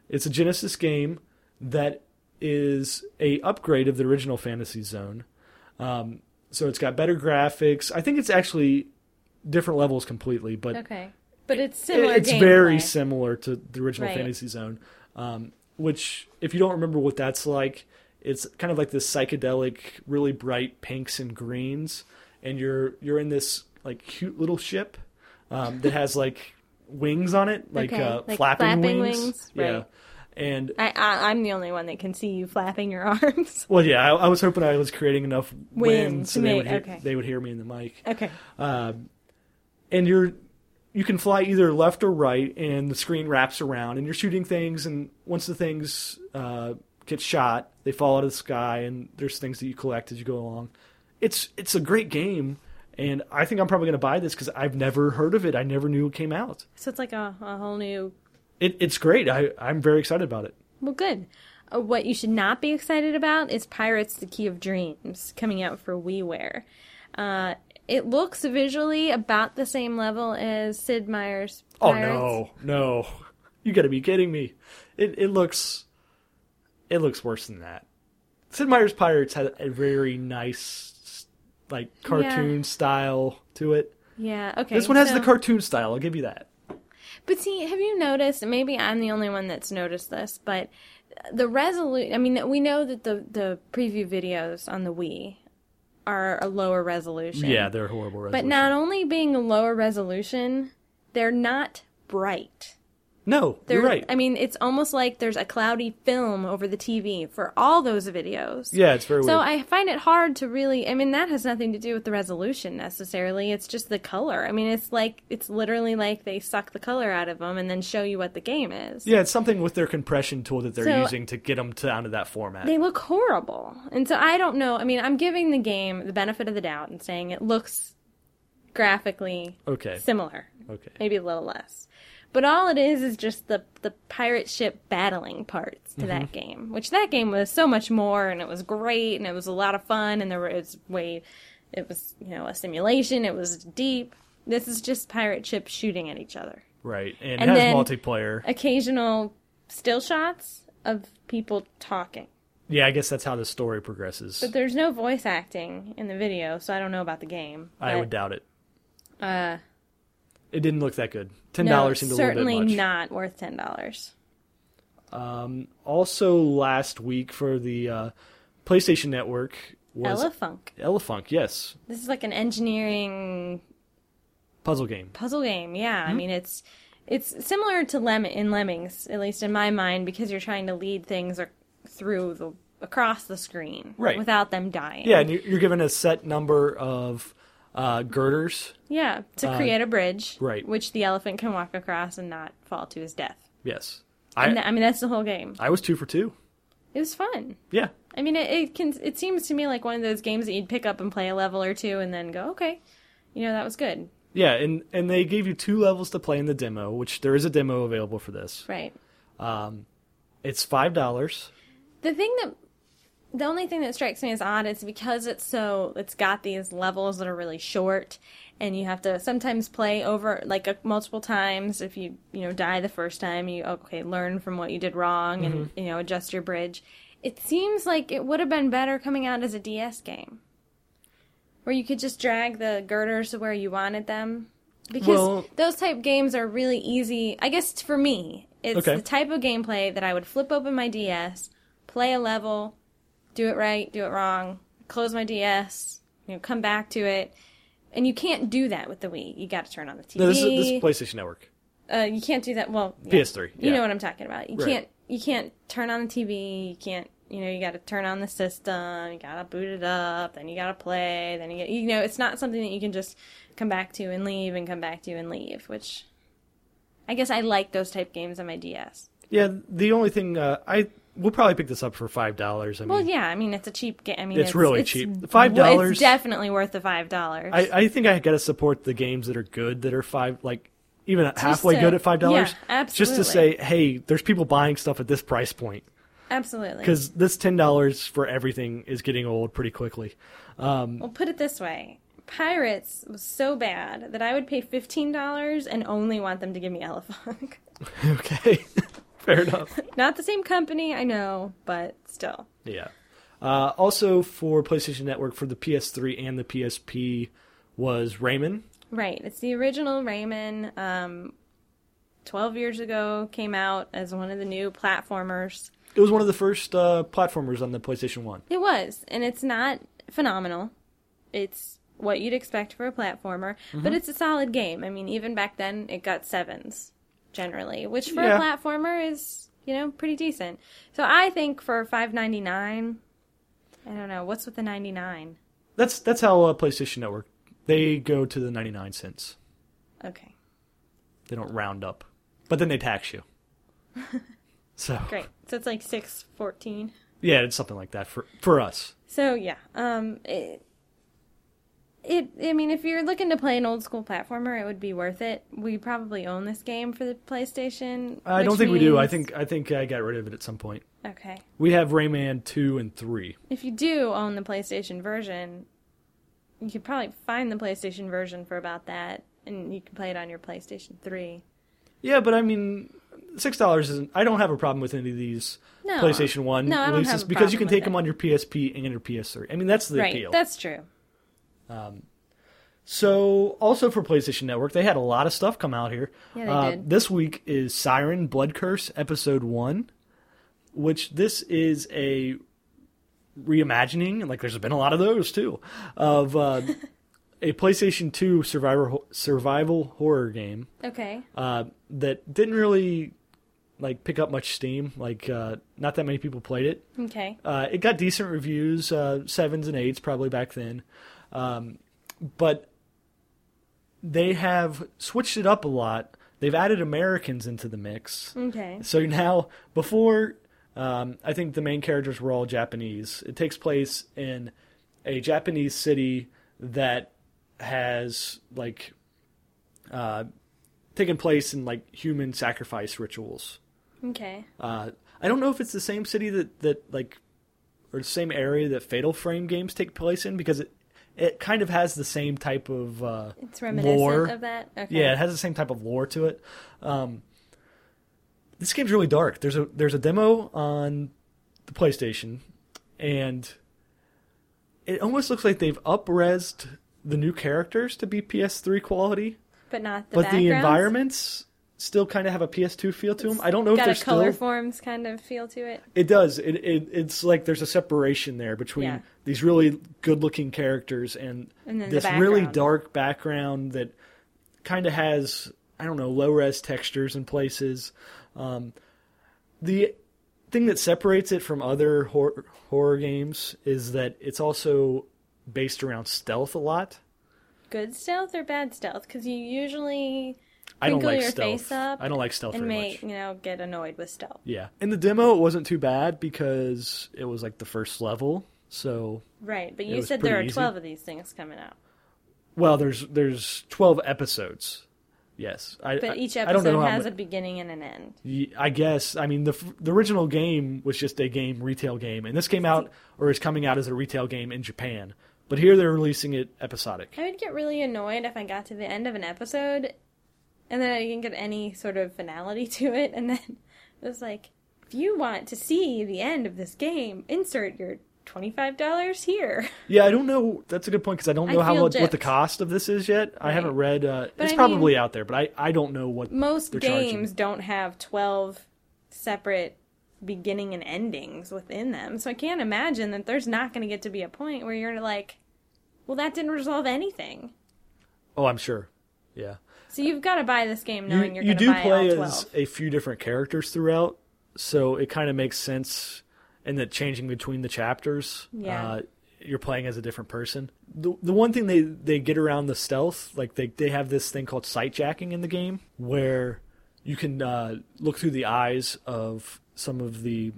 S4: It's a Genesis game that is a upgrade of the original Fantasy Zone. Um, so it's got better graphics. I think it's actually different levels completely, but
S3: Okay. But it's
S4: it-
S3: similar.
S4: it's
S3: gameplay.
S4: very similar to the original
S3: Right.
S4: Fantasy Zone. Um, which if you don't remember what that's like, it's kind of like this psychedelic, really bright pinks and greens, and you're you're in this like cute little ship um, that has like wings on it, like,
S3: Okay,
S4: uh,
S3: like
S4: flapping,
S3: flapping
S4: wings.
S3: wings,
S4: Yeah,
S3: right.
S4: and
S3: I, I I'm the only one that can see you flapping your arms.
S4: well, yeah, I, I was hoping I was creating enough
S3: Winds
S4: winds so
S3: to
S4: they
S3: make-
S4: would hear,
S3: okay.
S4: they would hear me in the mic.
S3: Okay.
S4: and you're you can fly either left or right and the screen wraps around and you're shooting things and once the things uh, get shot they fall out of the sky and there's things that you collect as you go along it's it's a great game and i think i'm probably going to buy this because i've never heard of it i never knew it came out
S3: So it's like a, a whole new.
S4: it, it's great I, i'm very excited about it
S3: Well, good. Uh, what you should not be excited about is Pirates: The Key of Dreams coming out for WiiWare. Uh, it looks visually about the same level as Sid Meier's.
S4: oh
S3: Pirates.
S4: no no you gotta be kidding me it, it looks it looks worse than that sid meier's pirates had a very nice like cartoon style to it
S3: Yeah. Okay.
S4: This one has the
S3: so-
S4: cartoon style. I'll give you that.
S3: But see, have you noticed? Maybe I'm the only one that's noticed this, but the resolution. I mean, we know that the the preview videos on the Wii are a lower resolution.
S4: they're horrible.
S3: But not only being a lower resolution, they're not bright.
S4: no,
S3: They're,
S4: you're right.
S3: I mean, it's almost like there's a cloudy film over the TV for all those videos.
S4: yeah, it's very
S3: So
S4: weird.
S3: I find it hard to really. I mean, that has nothing to do with the resolution necessarily. It's just the color. I mean, it's like it's literally like they suck the color out of them and then show you what the game is.
S4: yeah, it's something with their compression tool that they're
S3: So-
S4: using to get them down to that format.
S3: They look horrible, and so I don't know. I mean, I'm giving the game the benefit of the doubt and saying it looks graphically
S4: okay,
S3: similar,
S4: okay.
S3: maybe a little less. But all it is is just the the pirate ship battling parts to that
S4: Mm-hmm.
S3: game, which that game was so much more, and it was great, and it was a lot of fun, and there was way, it was you know a simulation, it was deep. This is just pirate ships shooting at each other.
S4: Right, and,
S3: And
S4: it has
S3: then-
S4: multiplayer.
S3: Occasional still shots of people talking.
S4: Yeah, I guess that's how the story progresses.
S3: But there's no voice acting in the video, so I don't know about the game.
S4: I
S3: But,
S4: would doubt it.
S3: Uh,
S4: It didn't look that good. Ten
S3: no,
S4: dollars seemed a little bit much.
S3: certainly not worth ten dollars.
S4: Also, last week for the uh, PlayStation Network was
S3: Ella Funk.
S4: Elefunk. Yes,
S3: This is like an engineering
S4: puzzle game.
S3: puzzle game. Yeah,
S4: Mm-hmm.
S3: I mean it's it's similar to Lem in Lemmings, at least in my mind, because you're trying to lead things or through the across the screen
S4: Right.
S3: without them dying.
S4: Yeah, and you're, you're given a set number of uh, girders.
S3: yeah, to create a bridge,
S4: Uh, right.
S3: which the elephant can walk across and not fall to his death.
S4: Yes,
S3: And
S4: I
S3: tha- I mean that's the whole game.
S4: I was two for two.
S3: It was fun.
S4: Yeah,
S3: I mean, it, it can. It seems to me like one of those games that you'd pick up and play a level or two, and then go, okay, you know, that was good,
S4: Yeah, and and they gave you two levels to play in the demo, which there is a demo available for this.
S3: right?
S4: It's five dollars.
S3: The thing that, the only thing that strikes me as odd is because it's so, it's got these levels that are really short, and you have to sometimes play over like a, multiple times. If you you know die the first time, you okay learn from what you did wrong, and you know adjust your bridge. It seems like it would have been better coming out as a DS game, where you could just drag the girders to where you wanted them. Because
S4: Well-
S3: those type games are really easy. I guess for me, it's
S4: Okay.
S3: the type of gameplay that I would flip open my DS, play a level, do it right, do it wrong, close my DS, you know, come back to it. And you can't do that with the Wii. You got to turn on the TV.
S4: No, this is this is PlayStation Network.
S3: uh, you can't do that. Well, yeah.
S4: PS3,
S3: You
S4: yeah.
S3: know what I'm talking about. You
S4: Right.
S3: can't. You can't turn on the TV. You can't. You know, you got to turn on the system. You got to boot it up. Then you got to play. Then you get. You know, it's not something that you can just come back to and leave and come back to and leave. Which, I guess, I like those type games on my DS.
S4: Yeah, the only thing uh, I we'll probably pick this up for five dollars. I mean,
S3: Well, yeah. I mean, it's a cheap game. I mean,
S4: Mm. It's really cheap. $5
S3: well, It's definitely worth the five dollars.
S4: I, I think I gotta support the games that are good that are five like even halfway
S3: to-
S4: good at five dollars.
S3: yeah,
S4: Just to say, hey, there's people buying stuff at this price point
S3: Absolutely.
S4: because this ten dollars for everything is getting old pretty quickly.
S3: Well, put it this way. Pirates was so bad that I would pay fifteen dollars and only want them to give me Elefunk.
S4: okay, fair enough.
S3: Not the same company, I know, but still.
S4: Yeah. Uh, also for PlayStation Network for the PS3 and the PSP was Rayman.
S3: Right. It's the original Rayman. Um, 12 years ago, came out as one of the new platformers.
S4: It was one of the first uh, platformers on the PlayStation One.
S3: It was, and it's not phenomenal. It's what you'd expect for a platformer, but it's a solid game. I mean, even back then, it got sevens generally, which for
S4: Yeah.
S3: a platformer is you know pretty decent. So I think for five ninety nine, I don't know what's with the ninety nine.
S4: That's that's how uh, PlayStation Network. They go to the ninety nine cents.
S3: Okay,
S4: They don't round up, but then they tax you. so
S3: great. So it's like six fourteen.
S4: yeah, it's something like that for for us.
S3: So yeah, um, it, it. I mean, if you're looking to play an old school platformer, it would be worth it. We probably own this game for the PlayStation.
S4: I
S3: which
S4: don't think we do. I
S3: means-
S4: think I think I got rid of it at some point.
S3: okay.
S4: We have Rayman two and three.
S3: If you do own the PlayStation version, you could probably find the PlayStation version for about that, and you can play it on your PlayStation Three.
S4: Yeah, but I mean, six dollars isn't. I don't have a problem with any of these
S3: No.
S4: PlayStation One
S3: No, I don't
S4: releases
S3: have a
S4: because you can
S3: problem
S4: take
S3: with
S4: them
S3: it.
S4: on your PSP and your PS3. I mean, that's the
S3: right,
S4: appeal.
S3: that's true.
S4: So, also for PlayStation Network, they had a lot of stuff come out here. Uh,
S3: Yeah, they did.
S4: This week is Siren Blood Curse Episode 1, which this is a reimagining, and like there's been a lot of those too, of uh, a PlayStation 2 survival, survival horror game
S3: Okay,
S4: uh, that didn't really like pick up much steam. Like, uh, not that many people played it.
S3: okay,
S4: Uh, it got decent reviews, uh, sevens and eights probably back then, um, but they have switched it up a lot. They've added Americans into the mix,
S3: okay,
S4: so now before um, I think the main characters were all Japanese. It takes place in a Japanese city that has like uh, taken place in like human sacrifice rituals.
S3: okay.
S4: Uh, I don't know if it's the same city that, that like or the same area that Fatal Frame games take place in because it it kind of has the same type of uh,
S3: It's reminiscent
S4: lore.
S3: of that. Okay.
S4: Yeah, it has the same type of lore to it. Um, this game's really dark. There's a there's a demo on the PlayStation, and it almost looks like they've upresed the new characters to be PS3 quality,
S3: but not the
S4: but the
S3: backgrounds?
S4: environments still kind of have a PS2 feel to them. I don't know if
S3: Got
S4: they're
S3: a color
S4: still
S3: forms kind of feel to it.
S4: it does. It, it it's like there's a separation there between
S3: Yeah.
S4: these really good-looking characters and,
S3: And then the
S4: this really
S3: background.
S4: dark background that kind of has I don't know low-res textures in places. Um, the thing that separates it from other hor- horror games is that it's also based around stealth a lot.
S3: good stealth or bad stealth because you usually
S4: I don't
S3: Crinkle
S4: like
S3: your
S4: stealth.
S3: face up
S4: I don't like stealth
S3: and
S4: very
S3: may
S4: much.
S3: you know get annoyed with stealth
S4: Yeah. In the demo, it wasn't too bad because it was like the first level, so
S3: right but
S4: It
S3: you
S4: was
S3: said there are
S4: pretty easy.
S3: 12 of these things coming out
S4: Well, there's there's twelve episodes. Yes, I,
S3: but
S4: I-
S3: each
S4: I don't know
S3: episode
S4: how
S3: has a
S4: mu-
S3: beginning and an end
S4: y- I guess I mean the f- the original game was just a game retail game, and this came out or is coming out as a retail game in Japan. But here they're releasing it episodic.
S3: i would get really annoyed if i got to the end of an episode and then i didn't get any sort of finality to it and then it was like if you want to see the end of this game insert your $25 here
S4: Yeah, I don't know. That's a good point because I don't
S3: I
S4: know how
S3: feel
S4: what, what the
S3: gypped.
S4: cost of this is yet. I haven't read. Uh,
S3: But
S4: it's
S3: I
S4: probably
S3: mean,
S4: out there, but I, I don't know what
S3: most
S4: they're charging.
S3: games don't have 12 separate beginning and endings within them so i can't imagine that there's not going to get to be a point where you're like well that didn't resolve anything
S4: Oh, I'm sure. Yeah.
S3: so you've got to buy this game knowing
S4: you,
S3: are
S4: you
S3: going to
S4: do
S3: buy
S4: play
S3: all
S4: as
S3: 12
S4: a few different characters throughout, so it kind of makes sense in that changing between the chapters.
S3: Yeah.
S4: Uh, you're playing as a different person. The, the one thing they, they get around the stealth, like they, they have this thing called sight jacking in the game where you can uh, look through the eyes of some of the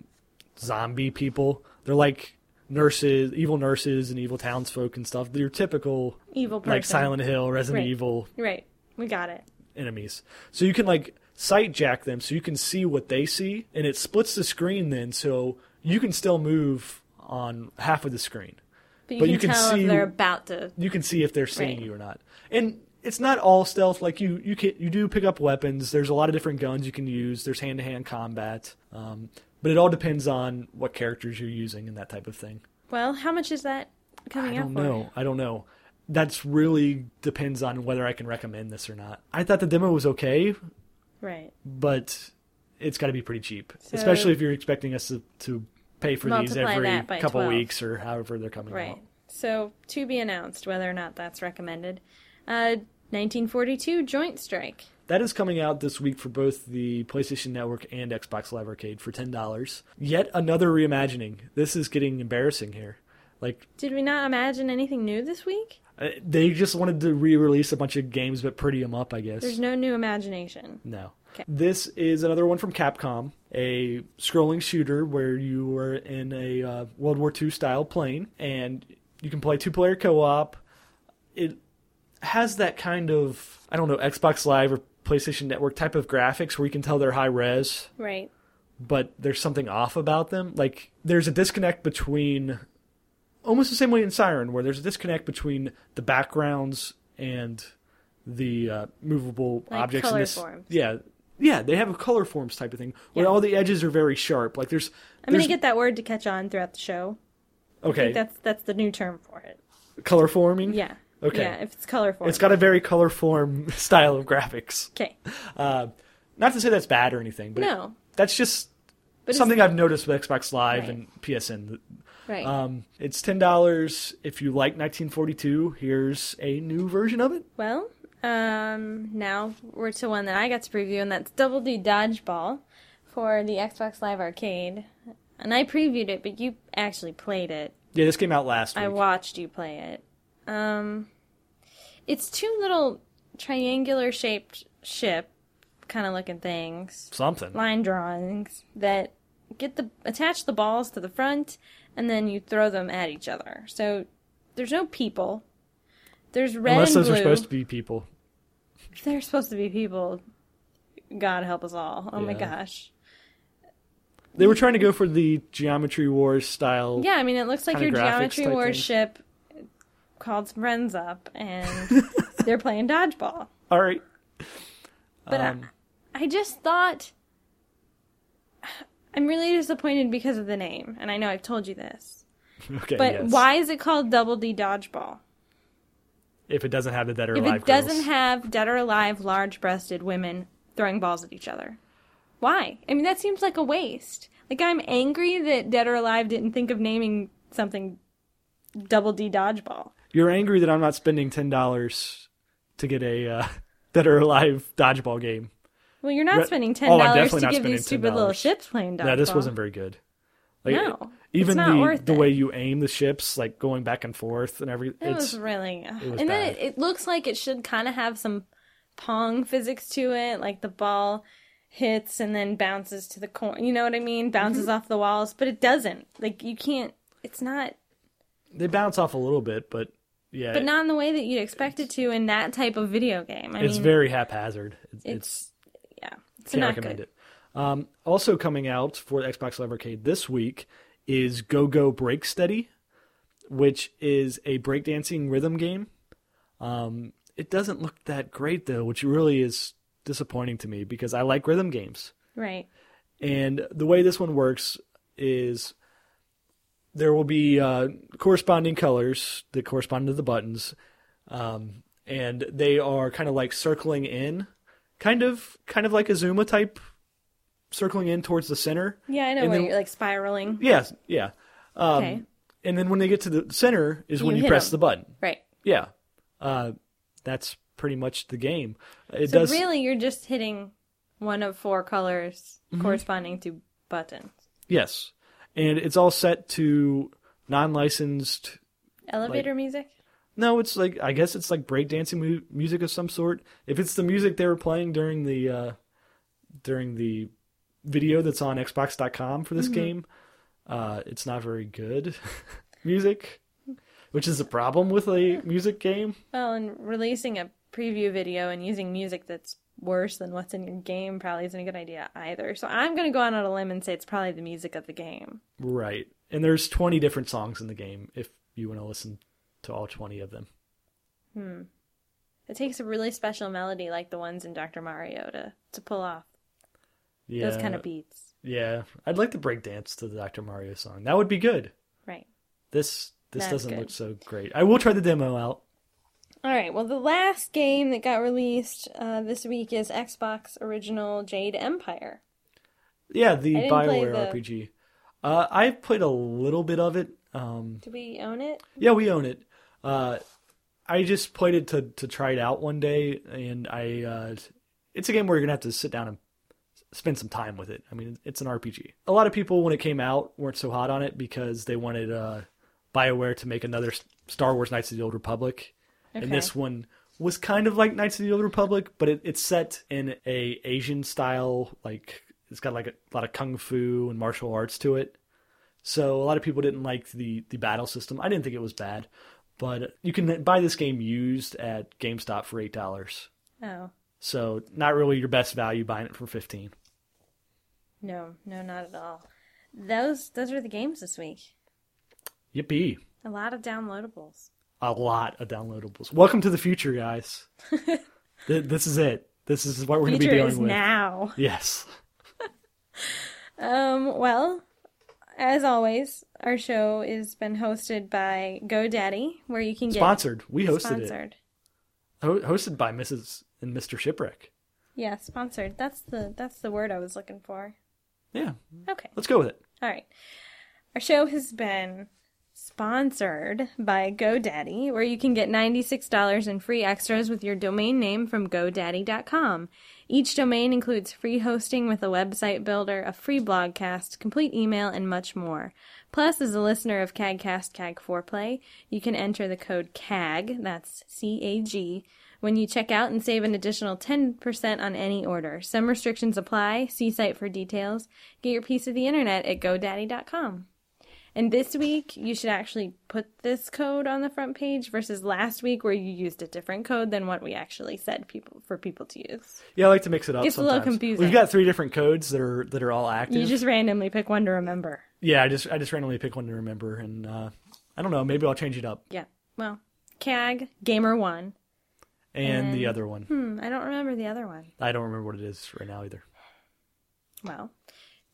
S4: zombie people. They're like nurses, evil nurses, and evil townsfolk and stuff. They're your typical
S3: evil person
S4: like Silent Hill, Resident
S3: Right.
S4: Evil
S3: right we got it
S4: enemies. So you can like sight jack them so you can see what they see and it splits the screen then so you can still move on half of the screen.
S3: but you
S4: But
S3: can
S4: you can
S3: tell
S4: see-
S3: if they're about to
S4: You can see if they're seeing
S3: Right.
S4: you or not. And it's not all stealth like you you can you do pick up weapons. There's a lot of different guns you can use. There's hand-to-hand combat. Um, but it all depends on what characters you're using and that type of thing.
S3: well how much is that coming
S4: I
S3: out
S4: don't
S3: for
S4: know. I don't know. That's really depends on whether I can recommend this or not. I thought the demo was okay.
S3: Right.
S4: but it's got to be pretty cheap,
S3: So-
S4: especially if you're expecting us to, to pay for these
S3: Multiply
S4: every
S3: that by
S4: couple
S3: 12.
S4: weeks or however they're coming
S3: Right.
S4: out.
S3: So to be announced whether or not that's recommended. Uh, 1942 Joint Strike.
S4: That is coming out this week for both the PlayStation Network and Xbox Live Arcade for ten dollars. Yet another reimagining. This is getting embarrassing here. Like
S3: Did we not imagine anything new this week?
S4: uh, they just wanted to re-release a bunch of games but pretty them up, I guess.
S3: There's no new imagination.
S4: No.
S3: Okay.
S4: This is another one from Capcom, a scrolling shooter where you were in a uh, World War II style plane, and you can play two player co op. It has that kind of I don't know Xbox Live or PlayStation Network type of graphics where you can tell they're high res,
S3: Right.
S4: but there's something off about them. Like there's a disconnect between almost the same way in Siren, where there's a disconnect between the backgrounds and the uh, movable
S3: Like
S4: objects.
S3: color
S4: in this,
S3: forms.
S4: Yeah, yeah, they have a color forms type of thing where
S3: Yeah.
S4: all the edges are very sharp. Like there's,
S3: I'm going
S4: there's-
S3: to get that word to catch on throughout the show.
S4: okay
S3: That's that's the new term for it.
S4: color forming.
S3: Yeah.
S4: Okay.
S3: Yeah, if it's color form.
S4: it's got a very color form style of graphics.
S3: Okay.
S4: Uh, not to say that's bad or anything, but
S3: No.
S4: that's just
S3: But it's-
S4: something I've noticed with Xbox Live
S3: Right.
S4: and PSN.
S3: Right.
S4: Um, it's ten dollars if you like 1942. Here's a new version of it.
S3: Well, um, now we're to one that I got to preview, and that's Double D Dodgeball for the Xbox Live Arcade. And I previewed it, but you actually played it.
S4: Yeah, this came out last week.
S3: I watched you play it. Um, it's two little triangular shaped ship kind of looking things,
S4: Something.
S3: line drawings that get the attach the balls to the front, and then you throw them at each other. So there's no people. There's red and
S4: Unless those
S3: blue.
S4: are supposed to be people.
S3: They're supposed to be people. God help us all. Oh my
S4: Yeah.
S3: gosh.
S4: They were trying to go for the Geometry Wars style.
S3: Yeah, I mean, it looks like your
S4: Kinda graphics
S3: Geometry
S4: type
S3: Wars
S4: thing.
S3: ship called some friends up and they're playing dodgeball.
S4: All right.
S3: But
S4: Um,
S3: I, I just thought. I'm really disappointed because of the name, and I know I've told you this.
S4: Okay.
S3: But
S4: yes.
S3: why is it called Double D Dodgeball?
S4: If it doesn't have the dead or
S3: If
S4: alive
S3: it doesn't
S4: girls.
S3: have dead or alive, large breasted women throwing balls at each other. Why? I mean, that seems like a waste. Like, I'm angry that Dead or Alive didn't think of naming something Double D Dodgeball.
S4: You're angry that I'm not spending ten dollars to get a uh, dead or alive dodgeball game.
S3: Well, you're not
S4: Re-
S3: spending
S4: Oh, I'm
S3: $10
S4: definitely
S3: to
S4: not
S3: give these
S4: spending
S3: stupid little
S4: $10.
S3: ships playing dodgeball.
S4: Yeah, this wasn't very good. Like,
S3: No,
S4: it-
S3: it's
S4: Even
S3: not
S4: the
S3: worth
S4: the
S3: it.
S4: way you aim the ships, like going back and forth and everything.
S3: It
S4: It's
S3: was really. ugh.
S4: was
S3: and then
S4: bad.
S3: it, it looks like it should kind of have some pong physics to it, like the ball hits and then bounces to the corner. You know what I mean? Bounces
S4: Mm-hmm.
S3: off the walls, but it doesn't. Like you can't. It's not,
S4: they bounce off a little bit, but yeah,
S3: but not in the way that you'd expect it to in that type of video game. I
S4: it's
S3: mean,
S4: very haphazard. It's, it's
S3: It's, yeah. It's
S4: can't
S3: not
S4: recommend
S3: good.
S4: it. Um, also coming out for the Xbox Live Arcade this week is Go Go Break Steady, which is a breakdancing rhythm game. Um, it doesn't look that great though, which really is disappointing to me because I like rhythm games.
S3: Right.
S4: And the way this one works is there will be uh, corresponding colors that correspond to the buttons, um, and they are kind of like circling in, kind of kind of like a Zuma type, circling in towards the center.
S3: Yeah, I know
S4: And
S3: where
S4: then- um,
S3: you're like spiraling.
S4: Yes, yeah.
S3: okay.
S4: And then when they get to the center is when
S3: You
S4: you
S3: hit
S4: press
S3: 'em.
S4: the button.
S3: Right.
S4: Yeah, uh, that's pretty much the game. It
S3: So
S4: does.
S3: really, you're just hitting one of four colors
S4: Mm-hmm.
S3: corresponding to buttons.
S4: Yes, and it's all set to non-licensed
S3: Elevator music.
S4: No, it's like I guess it's like breakdancing mu- music of some sort. If it's the music they were playing during the uh, during the video that's on Xbox.com for this
S3: Mm-hmm.
S4: game, uh, it's not very good music, which is a problem with a music game.
S3: Well, and releasing a preview video and using music that's worse than what's in your game probably isn't a good idea either. So I'm going to go out on a limb and say it's probably the music of the game.
S4: Right, and there's 20 different songs in the game if you want to listen to all 20 of them.
S3: It takes a really special melody like the ones in Dr. Mario to, to pull off
S4: Yeah,
S3: those kind of beats.
S4: Yeah, I'd like to breakdance to the Dr. Mario song. That would be good.
S3: Right.
S4: This this
S3: That's
S4: doesn't
S3: good.
S4: look so great. I will try the demo out.
S3: All right. Well, the last game that got released uh, this week is Xbox original Jade Empire.
S4: Yeah, the
S3: I didn't play
S4: Bioware
S3: the-
S4: RPG. Uh, I've played a little bit of it. Um,
S3: Do we own it?
S4: Yeah, we own it. Uh, I just played it to to try it out one day, and I uh, it's a game where you're gonna have to sit down and spend some time with it. I mean, it's an RPG. A lot of people when it came out weren't so hot on it because they wanted uh, Bioware to make another S- Star Wars Knights of the Old Republic, and
S3: Okay.
S4: this one was kind of like Knights of the Old Republic, but it, it's set in a Asian style like it's got like a lot of kung fu and martial arts to it. So a lot of people didn't like the the battle system. I didn't think it was bad, but you can buy this game used at GameStop for eight dollars.
S3: Oh
S4: So not really your best value buying it for fifteen.
S3: no, no, not at all. Those those are the games this week.
S4: Yippee!
S3: A lot of downloadables.
S4: A lot of downloadables. Welcome to the future, guys. Th- this is it. This is what we're going to be
S3: Future
S4: dealing
S3: is
S4: with.
S3: now.
S4: Yes.
S3: Um. Well, as always, our show is been hosted by GoDaddy, where you can get
S4: Sponsored. We hosted it.
S3: sponsored.
S4: Ho- hosted by Mrs. and Mr. Shipwreck.
S3: Yeah, sponsored. That's the that's the word I was looking for.
S4: Yeah.
S3: Okay.
S4: Let's go with it.
S3: All right. Our show has been sponsored by GoDaddy, where you can get $96 in free extras with your domain name from GoDaddy.com. Each domain includes free hosting with a website builder, a free blogcast, complete email, and much more. Plus, as a listener of CAGcast CAG Foreplay, you can enter the code CAG, that's C A G, when you check out and save an additional 10% on any order. Some restrictions apply. See site for details. Get your piece of the internet at GoDaddy.com. And this week, you should actually put this code on the front page versus last week where you used a different code than what we actually said people for people to use.
S4: Yeah, I like to mix it up.
S3: Gets a little
S4: sometimes.
S3: confusing.
S4: We've got three different codes that are that are all active.
S3: You just randomly pick one to remember.
S4: Yeah, I just I just randomly pick one to remember, and uh, I don't know. Maybe I'll change it up.
S3: Yeah. Well, CAG, Gamer One.
S4: And, the other one,
S3: Hmm, I don't remember the other one.
S4: I don't remember what it is right now either.
S3: Well,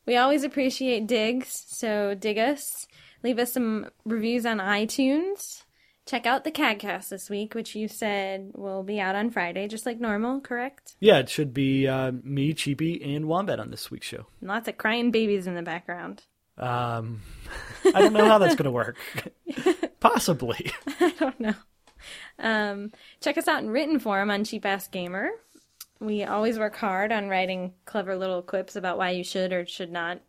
S3: we always appreciate digs, so dig us. Leave us some reviews on iTunes. Check out the CAGcast this week, which you said will be out on Friday, just like normal, correct?
S4: Yeah, it should be uh, me, Cheapy, and Wombat on this week's show.
S3: And lots of crying babies in the background.
S4: Um, I don't know how that's going to work. Possibly.
S3: don't know. Oh, Um, check us out in written form on Cheap Ass Gamer. We always work hard on writing clever little quips about why you should or should not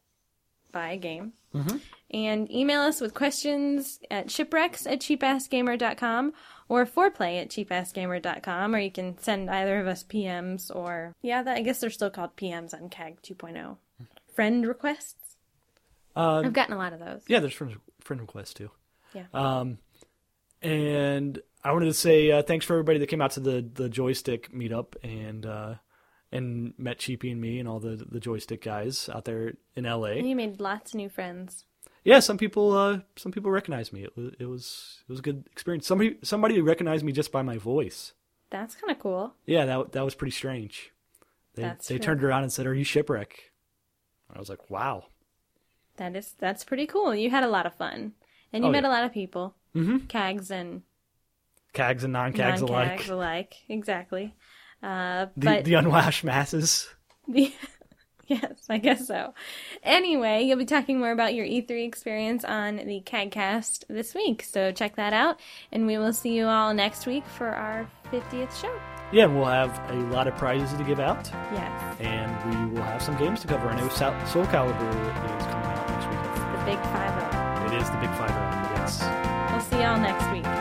S3: buy a game. And email us with questions at shipwrecks at cheapassgamer.com or foreplay at cheapassgamer.com, or you can send either of us PMs or, yeah, that, I guess they're still called PMs on CAG 2.0. oh. Friend requests?
S4: Um,
S3: I've gotten a lot of those.
S4: yeah, there's friend friend requests too.
S3: Yeah.
S4: Um, and I wanted to say uh, thanks for everybody that came out to the the joystick meetup and uh, and met Cheapy and me and all the the joystick guys out there in L.A.
S3: And you made lots of new friends.
S4: yeah, some people uh, some people recognize me. It was it was it was a good experience. Somebody somebody recognized me just by my voice.
S3: That's kind of cool.
S4: Yeah, that that was pretty strange. They
S3: That's
S4: they
S3: true.
S4: turned around and said, "Are you shipwreck?" I was like, "Wow."
S3: That is that's pretty cool. You had a lot of fun, and you
S4: Oh,
S3: met
S4: yeah.
S3: a lot of people, mm-hmm. cags and
S4: Cags and
S3: non-cags
S4: non-cags alike.
S3: alike. Exactly. Uh,
S4: The
S3: but
S4: the unwashed masses.
S3: yes, I guess so. Anyway, you'll be talking more about your E3 experience on the CAGcast this week, so check that out, and we will see you all next week for our 50th show.
S4: Yeah, and we'll have a lot of prizes to give out,
S3: Yes,
S4: and we will have some games to cover. I know Sou- Soul Calibur is coming out next week.
S3: the big five.
S4: It is the big five round. Yes.
S3: We'll see y'all next week.